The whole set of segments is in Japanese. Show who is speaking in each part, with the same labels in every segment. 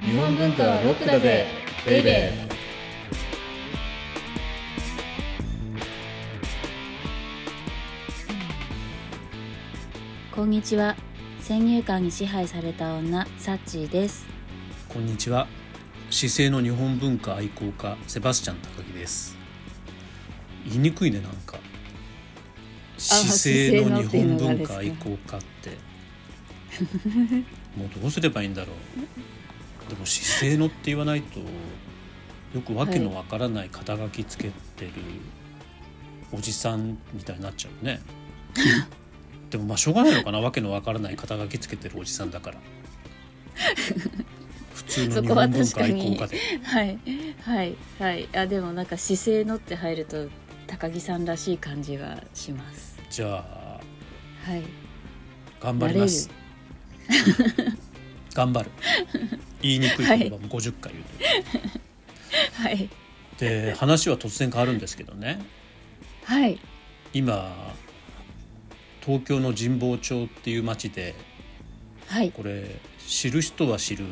Speaker 1: 日本文化はロックだぜベイベー
Speaker 2: こんにちは先入観に支配された女サッチーです
Speaker 3: こんにちは姿勢の日本文化愛好家セバスチャン高木です言いにくいねなんか姿勢の日本文化愛好家ってもうどうすればいいんだろうでも姿勢のって言わないとよくわけのわからない肩書きつけてるおじさんみたいになっちゃうねでもまあしょうがないのかなわけのわからない肩書きつけてるおじさん だから普通の日本文化愛好家で
Speaker 2: はいはいはいあでもなんか姿勢のって入ると高木さんらしい感じがします
Speaker 3: じゃあ
Speaker 2: はい
Speaker 3: 頑張ります。頑張る。言いにくい言葉も50回言うと、
Speaker 2: はい
Speaker 3: で話は突然変わるんですけどね
Speaker 2: はい
Speaker 3: 今東京の神保町っていう町で
Speaker 2: はい
Speaker 3: これ知る人は知る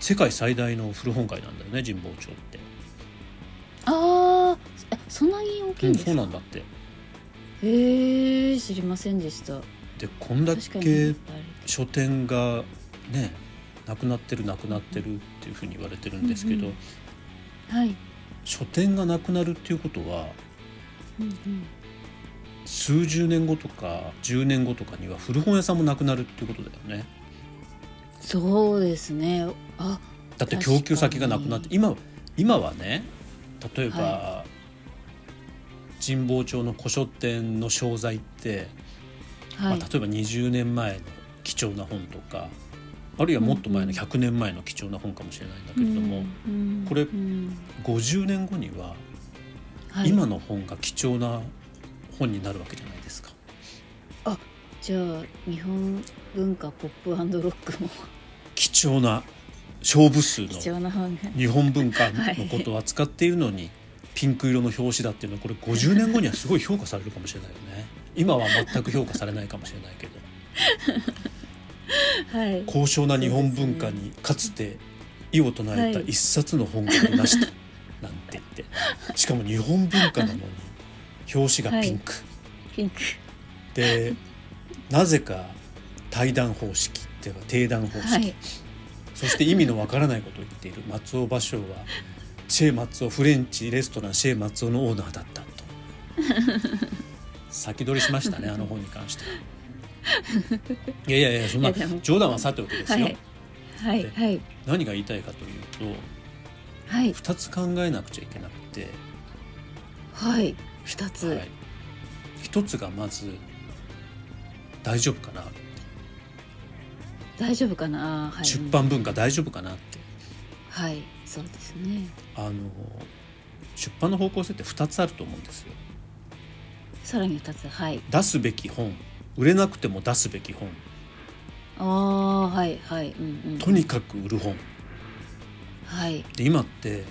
Speaker 3: 世界最大の古本街なんだよね神保町って、
Speaker 2: あーあそんなに大きいんですか、
Speaker 3: そうなんだって
Speaker 2: へー知りませんでした
Speaker 3: でこんだ
Speaker 2: 確かに
Speaker 3: け書店がねなくなってるなくなってるっていうふうに言われてるんですけど、
Speaker 2: うんうんはい、
Speaker 3: 書店がなくなるっていうことは
Speaker 2: うんうん、
Speaker 3: 数十年後とか10年後とかには古本屋さんもなくなるっていうことだよね
Speaker 2: そうですねあ
Speaker 3: だって供給先がなくなって
Speaker 2: 確
Speaker 3: 今今はね例えば、
Speaker 2: は
Speaker 3: 神保町の古書店の商材って、
Speaker 2: はい、
Speaker 3: まあ、例えば20年前の貴重な本とかあるいはもっと前
Speaker 2: うんう
Speaker 3: の
Speaker 2: ん
Speaker 3: 100年前の貴重な本かもしれないんだけれども、
Speaker 2: うんうん
Speaker 3: これ
Speaker 2: うん
Speaker 3: 50年後には
Speaker 2: はい、
Speaker 3: 今の本が貴重な本になるわけじゃないですか。
Speaker 2: じゃあ日本文化ポップロックも
Speaker 3: 貴重な勝負数の
Speaker 2: 貴重な本が
Speaker 3: 日本文化のことを扱っているのに、ピンク色の表紙だっていうのはこれ50年後にはすごい評価されるかもしれないよね今は全く評価されないかもしれないけど
Speaker 2: はい
Speaker 3: 高尚な日本文化にかつて異を唱えた
Speaker 2: はい
Speaker 3: 一冊の本がありました、なんて言ってしかも日本文化なのに表紙がピンク、
Speaker 2: ピンク
Speaker 3: でなぜか対談方式では定談方式、
Speaker 2: はい
Speaker 3: そして意味のわからないことを言っている松尾芭蕉はシェー松尾フレンチレストランシェー松尾のオーナーだったと先取りし ましたねあの本に関してはいやいやいやそんない
Speaker 2: やでも
Speaker 3: 冗談はさておきです
Speaker 2: は
Speaker 3: よ、
Speaker 2: いはいはい
Speaker 3: 何が言いたいかという
Speaker 2: はい
Speaker 3: と2つ考えなくちゃいけなくて、
Speaker 2: はい二つ
Speaker 3: はい、1つがまず大丈夫かな、
Speaker 2: 大丈夫かなあーはい
Speaker 3: 出版文化大丈夫かなって
Speaker 2: はいそうですね
Speaker 3: あの出版の方向性って2つあると思うんですよ
Speaker 2: さらに二つはい
Speaker 3: 出すべき本売れなくても出すべき本
Speaker 2: ああはいはいうんうん
Speaker 3: とにかく売る本
Speaker 2: はい
Speaker 3: で今って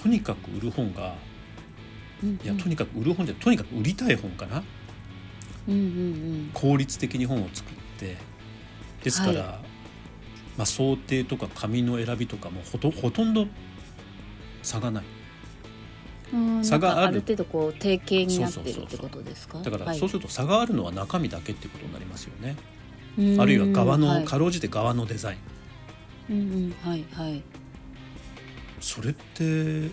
Speaker 3: とにかく売る本が
Speaker 2: うんうん
Speaker 3: いやとにかく売る本じゃとにかく売りたい本かな
Speaker 2: うんうん
Speaker 3: 効率的に本を作ってですから、
Speaker 2: は
Speaker 3: まあ、想定とか紙の選びとかもほとほとんど差がない
Speaker 2: うんうん
Speaker 3: 差がある
Speaker 2: なんかある程度こう定型になって
Speaker 3: そう
Speaker 2: る
Speaker 3: そう
Speaker 2: っ
Speaker 3: そ
Speaker 2: て
Speaker 3: うそう
Speaker 2: ことですか
Speaker 3: だから
Speaker 2: はい
Speaker 3: そうすると差があるのは中身だけってことになりますよね、
Speaker 2: うん
Speaker 3: あるいは側の、
Speaker 2: はい
Speaker 3: かろうじて側のデザイン
Speaker 2: うんうんはいはい
Speaker 3: それってウェ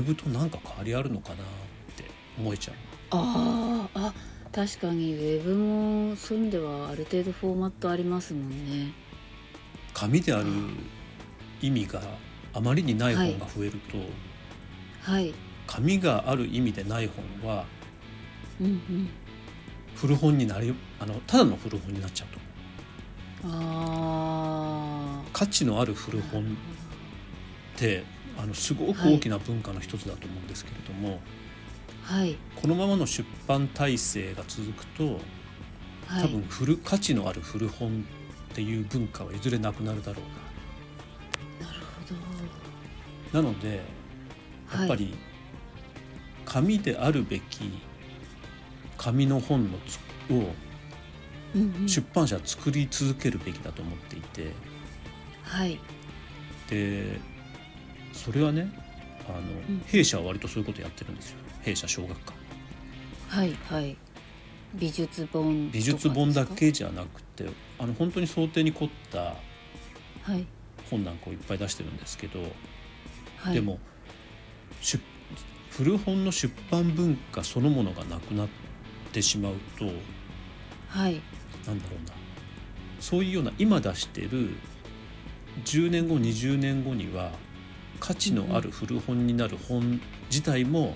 Speaker 3: ブとなんか変わりあるのかなって思えちゃう
Speaker 2: あーあ確かにウェブもそういう意味ではある程度フォーマットありますもんね
Speaker 3: 紙である意味があまりにない本が増えると、
Speaker 2: はい
Speaker 3: 紙がある意味でない本は
Speaker 2: うんうん
Speaker 3: 古本になりあのただの古本になっちゃうと
Speaker 2: あ
Speaker 3: 価値のある古
Speaker 2: あ
Speaker 3: 本ってあのすごく大きな文化の一つだと思うんですけれども、
Speaker 2: はい
Speaker 3: このままの出版体制が続くと
Speaker 2: はい
Speaker 3: 多分古価値のある古本っていう文化はいずれなくなるだろうな
Speaker 2: なるほど
Speaker 3: なのでやっぱり紙であるべき紙の本のつを
Speaker 2: はいうんうん
Speaker 3: 出版社は作り続けるべきだと思っていて、
Speaker 2: はい
Speaker 3: でそれはねあの、
Speaker 2: ん
Speaker 3: 弊社は割とそういうことやってるんですよ弊社小学館
Speaker 2: はいはい美術本とか
Speaker 3: 美術本だ
Speaker 2: です
Speaker 3: けじゃなくてあの本当に想定に凝った
Speaker 2: かはい
Speaker 3: 本なんかをいっぱい出してるんですけど、
Speaker 2: はい
Speaker 3: でも出古本の出版文化そのものがなくなってしまうと
Speaker 2: はい
Speaker 3: なんだろうなそういうような今出してる10年後20年後には価値のある古本になる本自体も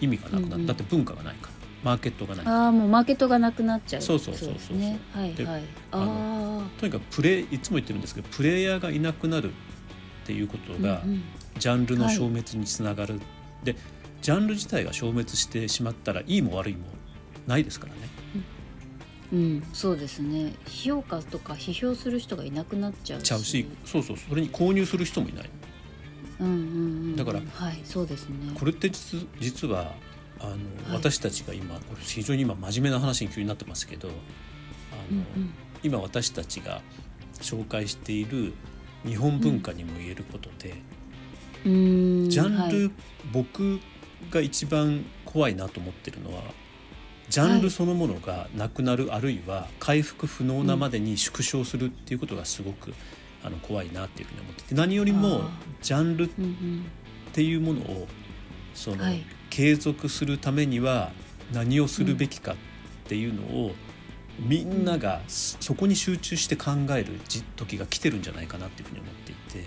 Speaker 3: 意味が
Speaker 2: う
Speaker 3: なくな
Speaker 2: ん
Speaker 3: っ
Speaker 2: うん
Speaker 3: だって文化がないからマーケットがない
Speaker 2: ああもうマーケットがなくなっちゃう
Speaker 3: そうそうそうそう
Speaker 2: ですねはい
Speaker 3: で
Speaker 2: はい
Speaker 3: あ
Speaker 2: あ
Speaker 3: とにかくプレイいつも言ってるんですけどプレイヤーがいなくなるっていうこと
Speaker 2: あ
Speaker 3: が、
Speaker 2: うんうん
Speaker 3: ジャンルの消滅につながる、でジャンル自体が消滅してしまったらいいも悪いもないですからね
Speaker 2: うん、そうですね評価とか批評する人がいなくなっちゃうし
Speaker 3: ちゃうしそうそうそれに購入する人もいない
Speaker 2: うんうんうん、
Speaker 3: だから
Speaker 2: はいそうですね
Speaker 3: これって実実はあの、
Speaker 2: い
Speaker 3: 私たちが今これ非常に今真面目な話に急になってますけどあ
Speaker 2: う
Speaker 3: の、
Speaker 2: んうん
Speaker 3: 今私たちが紹介している日本文化にも言えることで、
Speaker 2: うーん
Speaker 3: ジャンル、
Speaker 2: はい
Speaker 3: 僕が一番怖いなと思ってるのはジャンルそのものがなくなる、あるいは回復不能なまでに縮小するっていうことがすごく、あの怖いなっていうふうに思ってて何よりも
Speaker 2: あ
Speaker 3: ジャンルっ
Speaker 2: うん
Speaker 3: ていうものをその、
Speaker 2: はい
Speaker 3: 継続するためには何をするべきかっていうのを、みんながそそこに集中して考えるじ時が来てるんじゃないかなっていうふうに思っていて。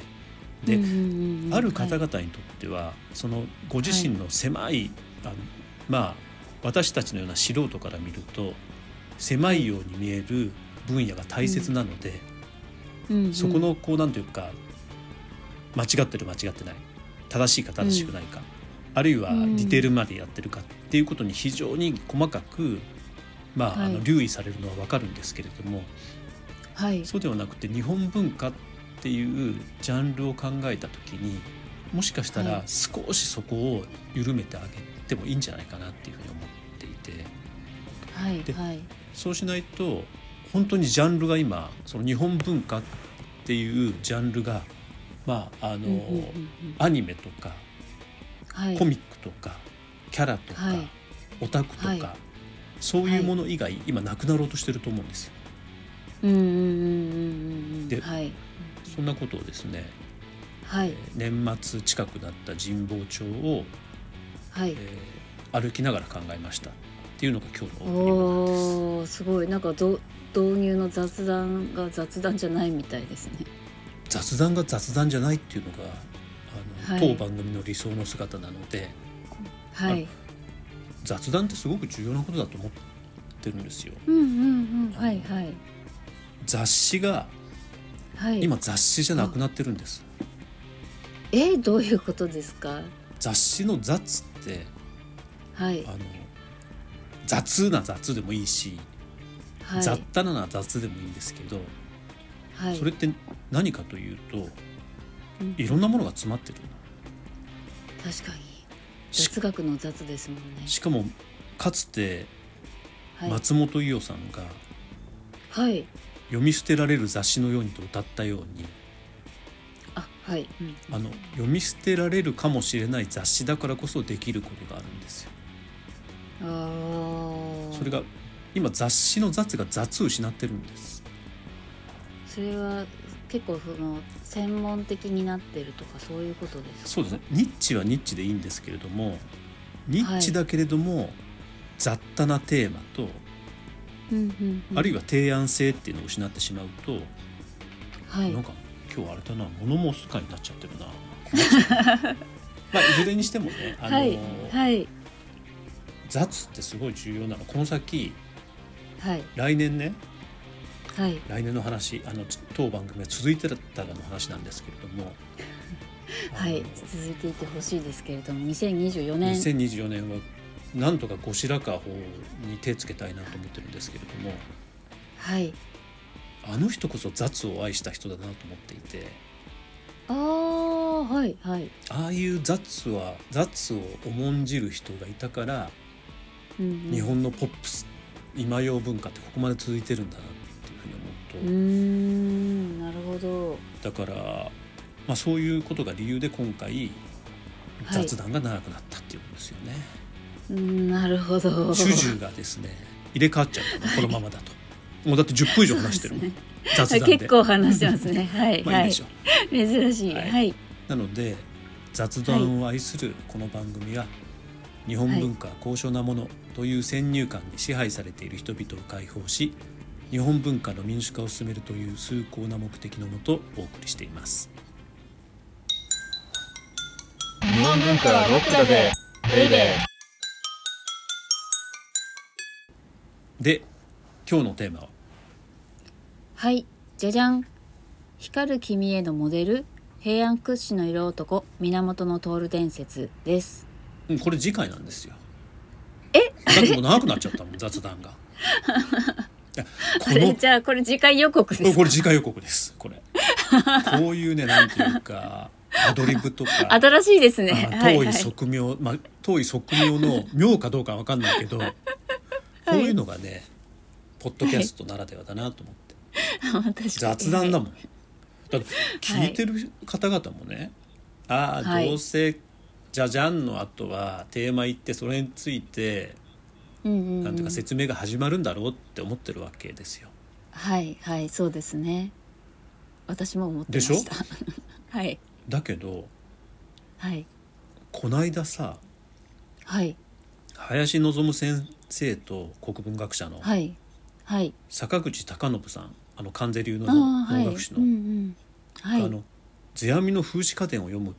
Speaker 2: うん、
Speaker 3: で、
Speaker 2: うんうんうん
Speaker 3: ある方
Speaker 2: はい
Speaker 3: 々にとっては、そのご自身の狭い、あのまあ私たちのような素人から見ると狭いように見える分野が大切なので、
Speaker 2: うんうん
Speaker 3: そこのこうなんというか間違ってる間違ってない正しいか正しくないか、あるいはデ
Speaker 2: うん
Speaker 3: ィテールまでやってるかっていうことに非常に細かく、まああ
Speaker 2: は
Speaker 3: の
Speaker 2: い
Speaker 3: 留意されるのは分かるんですけれども、
Speaker 2: はい
Speaker 3: そうではなくて日本文化っていうジャンルを考えた時にもしかした
Speaker 2: は
Speaker 3: ら
Speaker 2: い
Speaker 3: 少しそこを緩めてあげてもいいんじゃないかなっていうふうに思っていて
Speaker 2: はい
Speaker 3: で
Speaker 2: はい
Speaker 3: そうしないと本当にジャンルが今その日本文化っていうジャンルがまああの、
Speaker 2: うんうんうんうん
Speaker 3: アニメとか
Speaker 2: はい
Speaker 3: コミックとかキャラとか、
Speaker 2: はい
Speaker 3: オタクとか、
Speaker 2: はい
Speaker 3: そういうもの以外今なくなろうとしてると思うんですよ。
Speaker 2: うんうんうんうんうんうん
Speaker 3: で
Speaker 2: はい
Speaker 3: そんなことをですね
Speaker 2: はい
Speaker 3: 年末近くなった神保町を、
Speaker 2: はい
Speaker 3: えー歩きながら考えましたっていうのが今日のオープニングなんです。
Speaker 2: おーすごいなんかど導入の雑談が雑談じゃないみたいですね
Speaker 3: 雑談が雑談じゃないっていうのがあの、
Speaker 2: はい
Speaker 3: 当番組の理想の姿なので
Speaker 2: はい
Speaker 3: 雑談ってすごく重要なことだと思ってるんですよ。
Speaker 2: うんうんうんはいはい
Speaker 3: 雑誌が
Speaker 2: はい
Speaker 3: 今雑誌じゃなくなってるんです。
Speaker 2: えどういうことですか
Speaker 3: 雑誌の雑って
Speaker 2: はい
Speaker 3: あの雑な雑でもいいし、
Speaker 2: はい
Speaker 3: 雑多な雑でもいいんですけど、
Speaker 2: はい
Speaker 3: それって何かというと
Speaker 2: うん
Speaker 3: いろんなものが詰まってる。
Speaker 2: 確かに
Speaker 3: し
Speaker 2: 雑学の雑ですもんね
Speaker 3: しかもかつて
Speaker 2: はい
Speaker 3: 松本伊代さんが
Speaker 2: はい
Speaker 3: 読み捨てられる雑誌のようにと歌ったように
Speaker 2: あはいうん
Speaker 3: あの読み捨てられるかもしれない雑誌だからこそできることがあるんですよ。
Speaker 2: あー
Speaker 3: それが今雑誌の雑が雑を失ってるんです。
Speaker 2: それは結構その専門的になってるとかそういうことですか
Speaker 3: そうですね。ニッチはニッチでいいんですけれどもニッチだけれども雑多なテーマと
Speaker 2: うんうんうん
Speaker 3: あるいは提案性っていうのを失ってしまうと
Speaker 2: はい
Speaker 3: なんか今日あれだな物もスカになっちゃってるな。 まあいずれにしてもね、あの
Speaker 2: はいはい
Speaker 3: 雑ってすごい重要なの。この先
Speaker 2: はい
Speaker 3: 来年ね、
Speaker 2: はい
Speaker 3: 来年の話、あのつ当番組が続いてたらの話なんですけれども、
Speaker 2: は
Speaker 3: あ
Speaker 2: い
Speaker 3: の
Speaker 2: 続いていてほしいですけれども2024年
Speaker 3: 2024年はなんとか後白河法に手つけたいなと思ってるんですけれども、
Speaker 2: はい
Speaker 3: あの人こそ雑を愛した人だなと思っていて、
Speaker 2: ああはいはい
Speaker 3: ああいう雑は雑を重んじる人がいたから。
Speaker 2: うんうん
Speaker 3: 日本のポップス今用文化ってここまで続いてるんだなっていうふうに
Speaker 2: うー
Speaker 3: 思うと、
Speaker 2: んなるほほど
Speaker 3: だから、まあ、そういうことが理由で今回
Speaker 2: はい
Speaker 3: 雑談が長くなったっていうことですよね、
Speaker 2: うんなるほど
Speaker 3: 主従がですね入れ替わっちゃうとこのままだと、もうだって10分以上話してるもん、
Speaker 2: そう
Speaker 3: 雑
Speaker 2: はい
Speaker 3: 談で
Speaker 2: 結構話してますねはい
Speaker 3: まあいい
Speaker 2: は
Speaker 3: で
Speaker 2: い
Speaker 3: しょう、
Speaker 2: 珍しい
Speaker 3: はい
Speaker 2: はい
Speaker 3: なので雑談を愛するこの番組は、日本文化は高尚なものという先入観に支配されている人々を解放し日本文化の民主化を進めるという崇高な目的のもとお送りしています
Speaker 1: 日本文化はロックだぜベイベ
Speaker 3: で今日のテーマは
Speaker 2: はいじゃじゃん光る君へのモデル平安屈指の色男源の徹伝説です
Speaker 3: うんこれ次回なんですよえだってもう長くなっちゃったもん雑談がいやこ
Speaker 2: こ
Speaker 3: の
Speaker 2: れじゃあこれ次回予告です
Speaker 3: これ次回予告ですこれこういうねなんていうかアドリブとか
Speaker 2: 新しいですね
Speaker 3: まあ
Speaker 2: はい
Speaker 3: 遠
Speaker 2: はいい
Speaker 3: 側妙、まあ、遠い側妙の妙かどうかわかんない けど、こういうのがねポッドキャストならではだなと思って、
Speaker 2: 確かに
Speaker 3: 雑談だもんだって聞いてる方々もね、ああ
Speaker 2: はい
Speaker 3: どうせ「じゃじゃん」の後はテーマ言ってそれについて
Speaker 2: うんうんうん
Speaker 3: なんていうか説明が始まるんだろうって思ってるわけですよ。
Speaker 2: はいはいそうですね私も思ってました はい
Speaker 3: だけど
Speaker 2: はい
Speaker 3: こないださ
Speaker 2: はい
Speaker 3: 林望先生と国文学者の
Speaker 2: はいはい
Speaker 3: 坂口孝信さんあの関税流の
Speaker 2: ああは
Speaker 3: 能
Speaker 2: い
Speaker 3: 楽師の
Speaker 2: うんうんはい
Speaker 3: あの「世阿弥の風刺家伝」を読むっ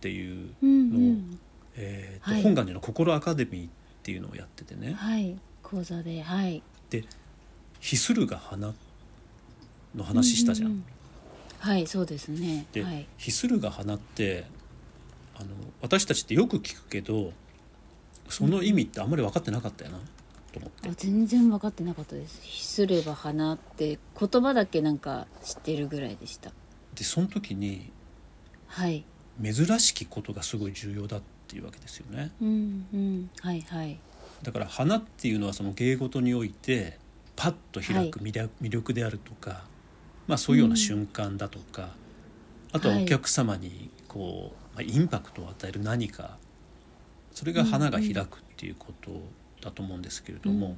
Speaker 3: ていう、
Speaker 2: うんうん
Speaker 3: えーと
Speaker 2: はい
Speaker 3: 本願寺の「心アカデミー」っていうのをやっててね
Speaker 2: はい講座ではい
Speaker 3: 「ひするが花」の話したじゃん。
Speaker 2: ううはいそうですね
Speaker 3: で
Speaker 2: はい
Speaker 3: 「ひするが花」ってあの私たちってよく聞くけどその意味ってあんまり分かってなかったよなと思って
Speaker 2: あ。全然分かってなかったです「ひすれば花」って言葉だけなんか知ってるぐらいでした
Speaker 3: でその時に
Speaker 2: はい
Speaker 3: 珍しきことがすごい重要だっていうわけですよね。
Speaker 2: うんうんはいはい
Speaker 3: だから花っていうのはその芸事においてパッと開く魅力魅力であるとか、まあ、そういうような瞬間だとか、あとは
Speaker 2: はい
Speaker 3: お客様にこう、まあ、インパクトを与える何かそれが花が開くっていうことだと思うんですけれども、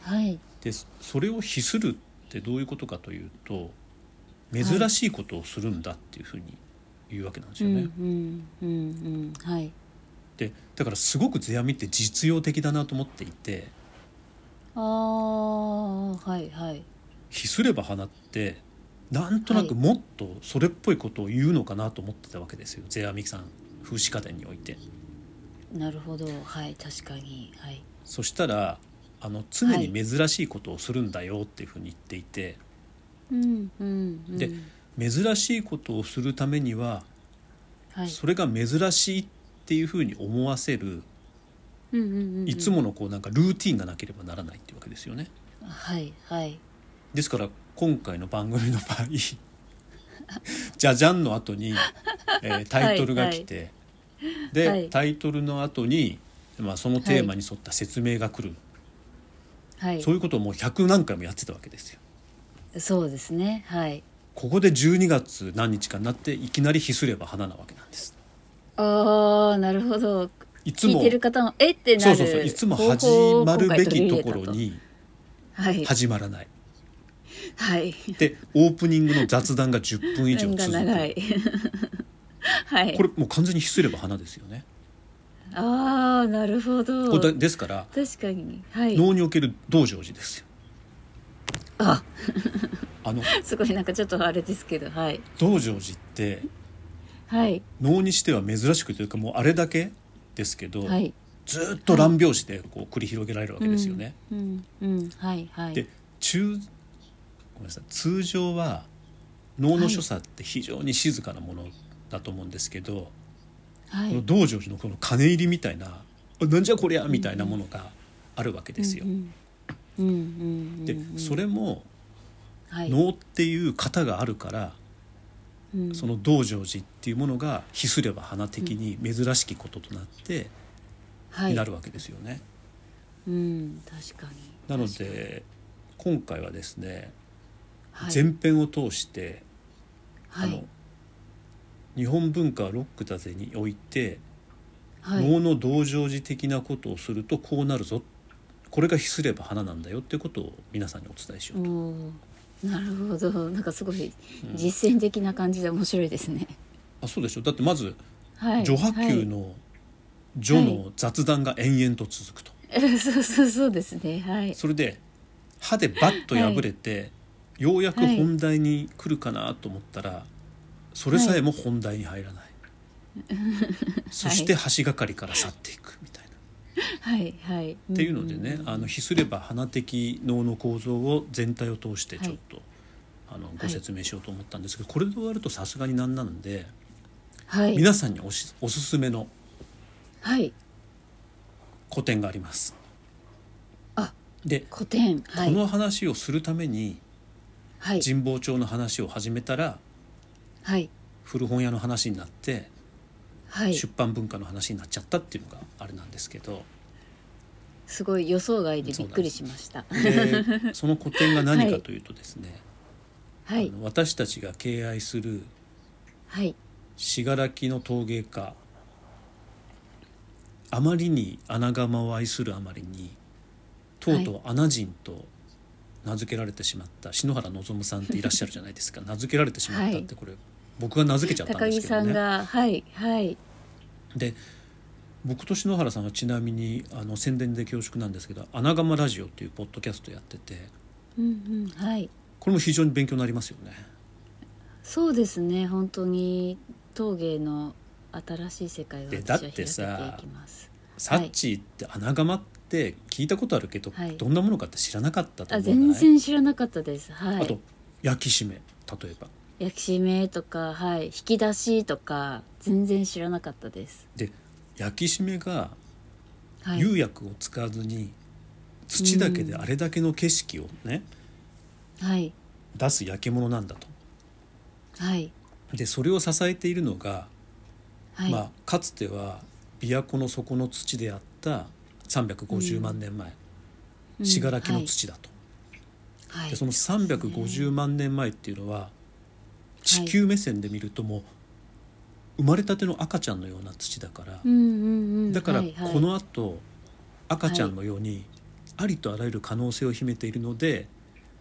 Speaker 2: はい
Speaker 3: でそれを「非する」ってどういうことかというと珍しいことをするんだっていうふうに言うわけなんです
Speaker 2: う
Speaker 3: よ
Speaker 2: ん
Speaker 3: ね。
Speaker 2: うんうんうんはい
Speaker 3: でだからすごく世阿弥って実用的だなと思っていて
Speaker 2: ああはいはい
Speaker 3: ひすれば花ってなんとなくもっとそれっぽいことを言うのかなと思ってたわけですよ世阿弥さん風刺家電において
Speaker 2: なるほどはい確かにはい
Speaker 3: そしたらあの常に珍しいことをするんだよっていうふうに言っていて、
Speaker 2: うんうんうん
Speaker 3: で珍しいことをするためには
Speaker 2: はい
Speaker 3: それが珍しいっていうふうに思わせる
Speaker 2: うんうんうんうん
Speaker 3: いつものこうなんかルーティンがなければならないっていうわけですよね。
Speaker 2: はいはい
Speaker 3: ですから今回の番組の場合「 じゃじゃん」の後に、えータイトルが来て、で、
Speaker 2: はい
Speaker 3: タイトルの後にまあ、そのテーマに沿った説明が来る、
Speaker 2: はい
Speaker 3: そういうことをもう100何回もやってたわけですよ。
Speaker 2: そうですねはい
Speaker 3: ここで12月何日かになっていきなり「ひすれば花」なわけなんです。
Speaker 2: ああなるほど
Speaker 3: いつ
Speaker 2: 聞い
Speaker 3: も
Speaker 2: てる方もえってな
Speaker 3: そう
Speaker 2: る
Speaker 3: そうそういつも始
Speaker 2: 方法を
Speaker 3: ま
Speaker 2: 今
Speaker 3: るべ
Speaker 2: 回
Speaker 3: き
Speaker 2: 取り
Speaker 3: と
Speaker 2: 入れた
Speaker 3: ころに
Speaker 2: はい
Speaker 3: 始まらない。
Speaker 2: はい
Speaker 3: でオープニングの雑談が10分以上
Speaker 2: 運が
Speaker 3: 続
Speaker 2: 長
Speaker 3: く
Speaker 2: い はい
Speaker 3: これもう完全に「ひすれば花」ですよね。
Speaker 2: ああなるほ
Speaker 3: こ
Speaker 2: ど
Speaker 3: れだ
Speaker 2: 確
Speaker 3: ですから
Speaker 2: かにはい
Speaker 3: 能における道成寺ですよ
Speaker 2: あ
Speaker 3: あの
Speaker 2: すごいなんかちょっとあれですけどはい
Speaker 3: 道成寺って
Speaker 2: はい
Speaker 3: 能にしては珍しくというかもうあれだけですけど、
Speaker 2: はい
Speaker 3: ずっと乱拍子でこう繰り広げられるわけですよね。
Speaker 2: うんうんはいはい
Speaker 3: で中ごめんなさい通常は能の所作って非常に静かなものだと思うんですけど、
Speaker 2: は
Speaker 3: この
Speaker 2: い
Speaker 3: 道成寺のこの鐘入りみたいな「あなんじゃこりゃ」みたいなものがあるわけですよ。
Speaker 2: うんうんうん
Speaker 3: でそれも
Speaker 2: はい
Speaker 3: 能っていう型があるから
Speaker 2: うん
Speaker 3: その道成寺っていうものが「ひすれば花」的に珍しきこととなって、
Speaker 2: はい
Speaker 3: になるわけですよね。
Speaker 2: うん確かに
Speaker 3: なので今回はですね、
Speaker 2: はい
Speaker 3: 前編を通して
Speaker 2: は
Speaker 3: あの
Speaker 2: い
Speaker 3: 日本文化はロックだぜにおい
Speaker 2: はい
Speaker 3: て、能の同情時的なことをするとこうなるぞこれが比すれば花なんだよっていうことを皆さんにお伝えしよ
Speaker 2: お
Speaker 3: うと、
Speaker 2: ーなるほどなんかすごい
Speaker 3: うん
Speaker 2: 実践的な感じで面白いですね、
Speaker 3: あそうでしょだってまず
Speaker 2: はい
Speaker 3: 序波球の「序」
Speaker 2: は
Speaker 3: の雑談が延々と続くと、
Speaker 2: はい そうそうそうですねはい
Speaker 3: それで歯でバッと破れて、ようやく本題に来るかなと思ったら、それさえも本題に 入らない、そして橋がかりから去っていくみたいな。
Speaker 2: はいはいっ
Speaker 3: っていうのでね、あの比すれば花的脳の構造を全体を通してちょっと、あのご説明しようと思ったんですけど、これで終わるとさすがになんなんで、
Speaker 2: はい
Speaker 3: 皆さんにおしおすすめの
Speaker 2: はい
Speaker 3: 古典があります。
Speaker 2: あ
Speaker 3: で、
Speaker 2: 古典は
Speaker 3: こ
Speaker 2: い
Speaker 3: の話をするために
Speaker 2: はい
Speaker 3: 神保町の話を始めたら
Speaker 2: はい
Speaker 3: 古本屋の話になって、
Speaker 2: はい
Speaker 3: 出版文化の話になっちゃったっていうのがあれなんですけ ど。
Speaker 2: すごい予想外でびっくりしました
Speaker 3: でその古典が何かというとですね、
Speaker 2: はい
Speaker 3: あの私たちが敬愛する
Speaker 2: はい
Speaker 3: 信楽の陶芸家あまりに穴窯を愛するあまりにとうとう穴人と名付けられてしまった篠原望さんっていらっしゃるじゃないですか名付けられてしまったってこれ、僕が名付けちゃったん
Speaker 2: 高
Speaker 3: で
Speaker 2: 木
Speaker 3: すけど
Speaker 2: さん
Speaker 3: ね。
Speaker 2: がはいはい
Speaker 3: で僕と篠原さんはちなみにあの宣伝で恐縮なんですけど「穴窯ラジオ」っていうポッドキャストやってて
Speaker 2: うんうんはい
Speaker 3: これも非常に勉強になりますよね。
Speaker 2: そうですね本当に陶芸の新しい世界が
Speaker 3: で
Speaker 2: 私は
Speaker 3: だ
Speaker 2: 開け
Speaker 3: っ
Speaker 2: て
Speaker 3: て
Speaker 2: い
Speaker 3: さ
Speaker 2: きます
Speaker 3: サッチーって穴窯って聞いたことあるけど、
Speaker 2: はい
Speaker 3: どんなものかって知らなかったと
Speaker 2: あ
Speaker 3: 思わない
Speaker 2: 全然知らなかったですは
Speaker 3: あと
Speaker 2: い
Speaker 3: 焼き締め例えば
Speaker 2: 焼き締めとかはい引き出しとか全然知らなかったです
Speaker 3: で焼き締めが
Speaker 2: はい
Speaker 3: 釉薬を使わずに土だけであれだけの景色をね、
Speaker 2: はい
Speaker 3: 出す焼き物なんだと。
Speaker 2: はい
Speaker 3: でそれを支えているのが、
Speaker 2: はい
Speaker 3: まあ、かつては琵琶湖の底の土であった350万年前
Speaker 2: うん
Speaker 3: 信楽、の土だと。
Speaker 2: はい
Speaker 3: でその350万年前っていうのは地球目線で見るともう生まれたての赤ちゃんのような土だから、
Speaker 2: うんうんうん
Speaker 3: だから
Speaker 2: はいはい
Speaker 3: このあと、赤ちゃんのようにありとあらゆる可能性を秘めているので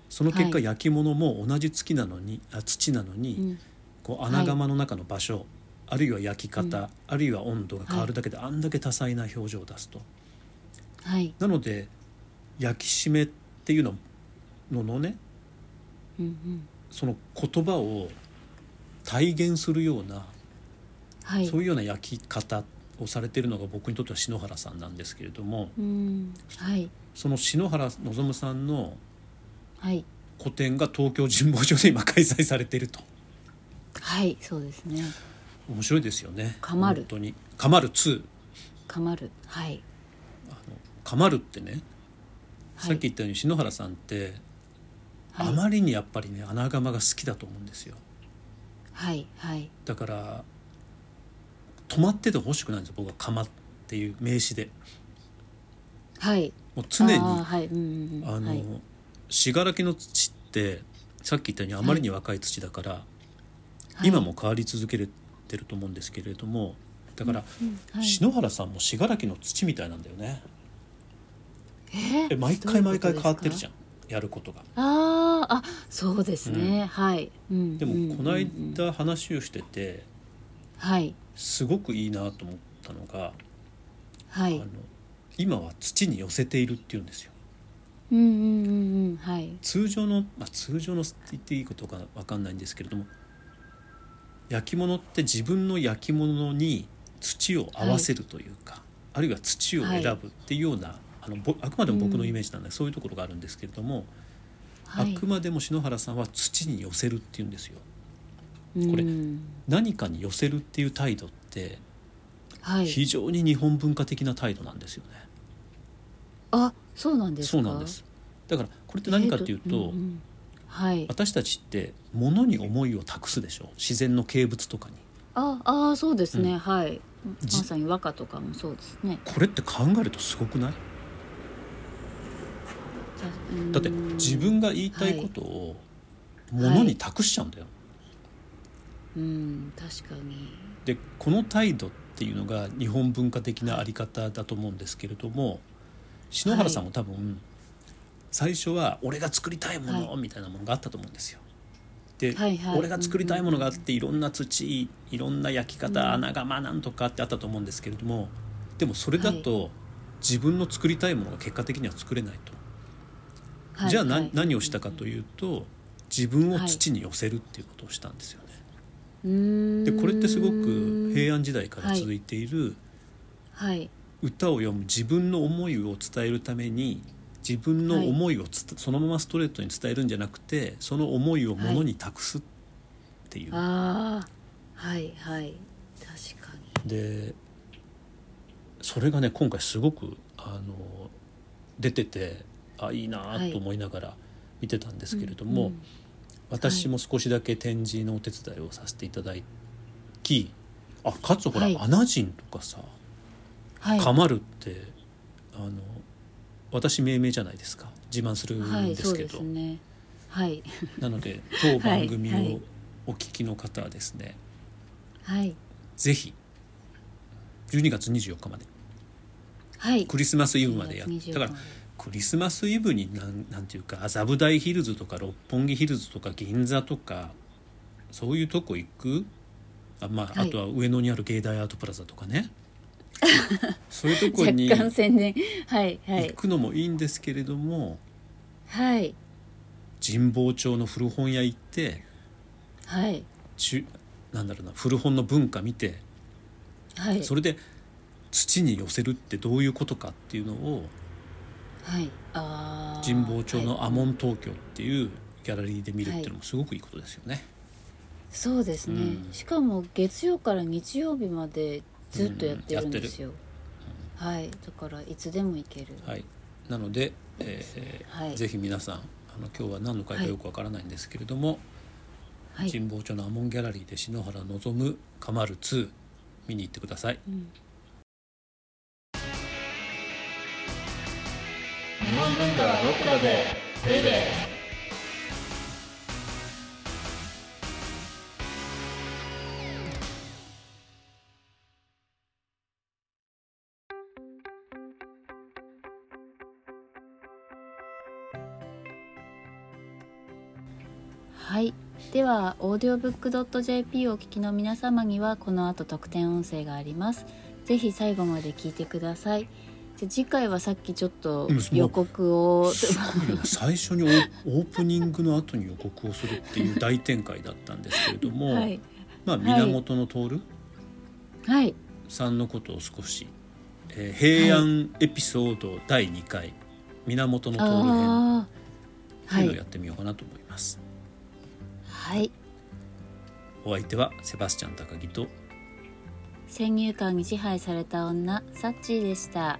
Speaker 3: その結果
Speaker 2: はい
Speaker 3: 焼き物も同じ月なのにあ土なのに、
Speaker 2: うん
Speaker 3: こう穴窯の中の場所、あるいは焼き方、
Speaker 2: うん
Speaker 3: あるいは温度が変わるだけであんだけ多彩な表情を出すと。
Speaker 2: はい
Speaker 3: なので焼き締めっていうのののね
Speaker 2: うんうん
Speaker 3: その言葉を体現するような
Speaker 2: はい
Speaker 3: そういうような焼き方をされているのが僕にとっては篠原さんなんですけれども
Speaker 2: うんはい
Speaker 3: その篠原望さんの
Speaker 2: はい
Speaker 3: 個展が東京神保町で今開催されていると
Speaker 2: はいそうですね
Speaker 3: 面白いですよね。
Speaker 2: かまる
Speaker 3: 本当にかまる2
Speaker 2: かまるはい
Speaker 3: あのかまるってね、
Speaker 2: はい
Speaker 3: さっき言ったように篠原さんって、
Speaker 2: はい
Speaker 3: あまりにやっぱりね穴窯が好きだと思うんですよ
Speaker 2: はいはい
Speaker 3: だから止まっててほしくないんですよ僕は「窯」っていう名詞で
Speaker 2: はい
Speaker 3: もう常に
Speaker 2: あーはいうんうんうん
Speaker 3: あ
Speaker 2: はい
Speaker 3: の信楽、の土ってさっき言ったようにあまりに若い土だから、
Speaker 2: はい
Speaker 3: 今も変わり続けてると思うんですけれどもだから、
Speaker 2: うんはい
Speaker 3: 篠原さんも信楽の土みたいなんだよね
Speaker 2: え
Speaker 3: え毎
Speaker 2: どうい
Speaker 3: 回
Speaker 2: うこと
Speaker 3: 毎回変わってる
Speaker 2: です
Speaker 3: じ
Speaker 2: か
Speaker 3: ゃんやることが。
Speaker 2: あーあそうですね、はい、うん、
Speaker 3: で
Speaker 2: うん
Speaker 3: もこの
Speaker 2: うん
Speaker 3: 間話をしてて
Speaker 2: はい
Speaker 3: すごくいいなと思ったのが、
Speaker 2: は
Speaker 3: あ
Speaker 2: い
Speaker 3: の今は土に寄せているっていうんですよ。
Speaker 2: うんうんうんうんはい
Speaker 3: 通常の、まあ、通常の言っていいことかわかんないんですけれども焼き物って自分の焼き物に土を合わせるというか、あるいは土を選ぶっていうような、あのぼあくまでも僕のイメージなんで、そういうところがあるんですけれども、
Speaker 2: はい
Speaker 3: あくまでも篠原さんは土に寄せるっていうんですよ。これ
Speaker 2: うん
Speaker 3: 何かに寄せるっていう態度って
Speaker 2: はい
Speaker 3: 非常に日本文化的な態度なんですよね。
Speaker 2: あそうなんですか
Speaker 3: そうなんです。だからこれって何かっていうと、
Speaker 2: えーんんはい
Speaker 3: 私たちって物に思いを託すでしょ自然の景物とかに
Speaker 2: ああーそうですね、
Speaker 3: うん
Speaker 2: はいま
Speaker 3: じ
Speaker 2: さに和歌とかもそうですね
Speaker 3: これって考えるとすごくない
Speaker 2: じゃうん
Speaker 3: だって自分が言いたいことを物に託しちゃうんだよ、
Speaker 2: うん確かに
Speaker 3: でこの態度っていうのが日本文化的なあり方だと思うんですけれども篠原さんも多分、最初は俺が作りたいものみたいなものがあったと思うんですよ。で、
Speaker 2: はいはい
Speaker 3: 俺が作りたいものがあっていろんな土いろんな焼き方、穴窯なんとかってあったと思うんですけれどもでもそれだと、自分の作りたいものが結果的には作れないと。
Speaker 2: はい
Speaker 3: じゃあな、
Speaker 2: はい
Speaker 3: 何をしたかというと自分を土に寄せるっていうことをしたんですよね。
Speaker 2: うーん
Speaker 3: でこれってすごく平安時代から続いている
Speaker 2: はい
Speaker 3: 歌を読む自分の思いを伝えるために自分の思いをつたそのままストレートに伝えるんじゃなくてその思いをものに託すっていう。
Speaker 2: ああはいはい確かに
Speaker 3: でそれがね今回すごくあの出ててあいいなと思いながら見てたんですけれど
Speaker 2: う
Speaker 3: も、
Speaker 2: ん
Speaker 3: 私も少しだけ展示のお手伝いをさせていただきあかつほら、
Speaker 2: はい
Speaker 3: アナジンとかさ
Speaker 2: はい
Speaker 3: かまるってあの私命名じゃないですか自慢する
Speaker 2: は
Speaker 3: ん
Speaker 2: い
Speaker 3: で
Speaker 2: そ
Speaker 3: す
Speaker 2: う
Speaker 3: け
Speaker 2: です
Speaker 3: ど、
Speaker 2: ねはい
Speaker 3: なので当番組
Speaker 2: はいはい
Speaker 3: をお聞きの方はですね、
Speaker 2: はい
Speaker 3: ぜひ12月24日まで
Speaker 2: はい
Speaker 3: クリスマスイブまでやっ
Speaker 2: 12月
Speaker 3: だからクリスマスイブになんなんていうか麻布台ヒルズとか六本木ヒルズとか銀座とかそういうとこ行くあ,、まあ
Speaker 2: はい
Speaker 3: あとは上野にある芸大アートプラザとかね そういうとこ
Speaker 2: 若
Speaker 3: に
Speaker 2: 干宣伝はいは
Speaker 3: 行
Speaker 2: い
Speaker 3: くのもいいんですけれども、
Speaker 2: はい
Speaker 3: 神保町の古本屋行って
Speaker 2: はい
Speaker 3: ちなんだろうな古本の文化見て
Speaker 2: はい
Speaker 3: それで土に寄せるってどういうことかっていうのを
Speaker 2: はいあー
Speaker 3: 神保町
Speaker 2: はい
Speaker 3: の「アモン東京」っていうギャラリーで見るっていうのもすごくいいことですよね。
Speaker 2: そうですね、
Speaker 3: うん
Speaker 2: しかも月曜から日曜日までずっとやってるんですよ、はいだからいつでも行ける
Speaker 3: はい、なので、えー
Speaker 2: はい
Speaker 3: ぜひ皆さんあの今日は何の会かよくわからないんですけれども、
Speaker 2: はい、
Speaker 3: 神保町の「アモンギャラリー」で篠原望カマル2見に行ってください。
Speaker 2: うん
Speaker 1: 日本文化はロックだぜベイベー
Speaker 2: はい、ではオーディオブックドット JP をお聞きの皆様にはこの後特典音声がありますぜひ最後まで聞いてくださいじゃ次回はさっきちょっと
Speaker 3: うんその
Speaker 2: 予告を、
Speaker 3: すごいよね最初にオーオープニングの後に予告をするっていう大展開だったんですけれども、
Speaker 2: はい
Speaker 3: まあ、
Speaker 2: はい
Speaker 3: 源の徹
Speaker 2: はい
Speaker 3: さんのことを少し、えー平安エピソード第2回、源の徹編
Speaker 2: あ
Speaker 3: っ
Speaker 2: あ
Speaker 3: て
Speaker 2: は
Speaker 3: いうのを
Speaker 2: い
Speaker 3: やってみようかなと思います、
Speaker 2: はい
Speaker 3: お相手はセバスチャン高木と
Speaker 2: 先入観に支配された女サッチーでした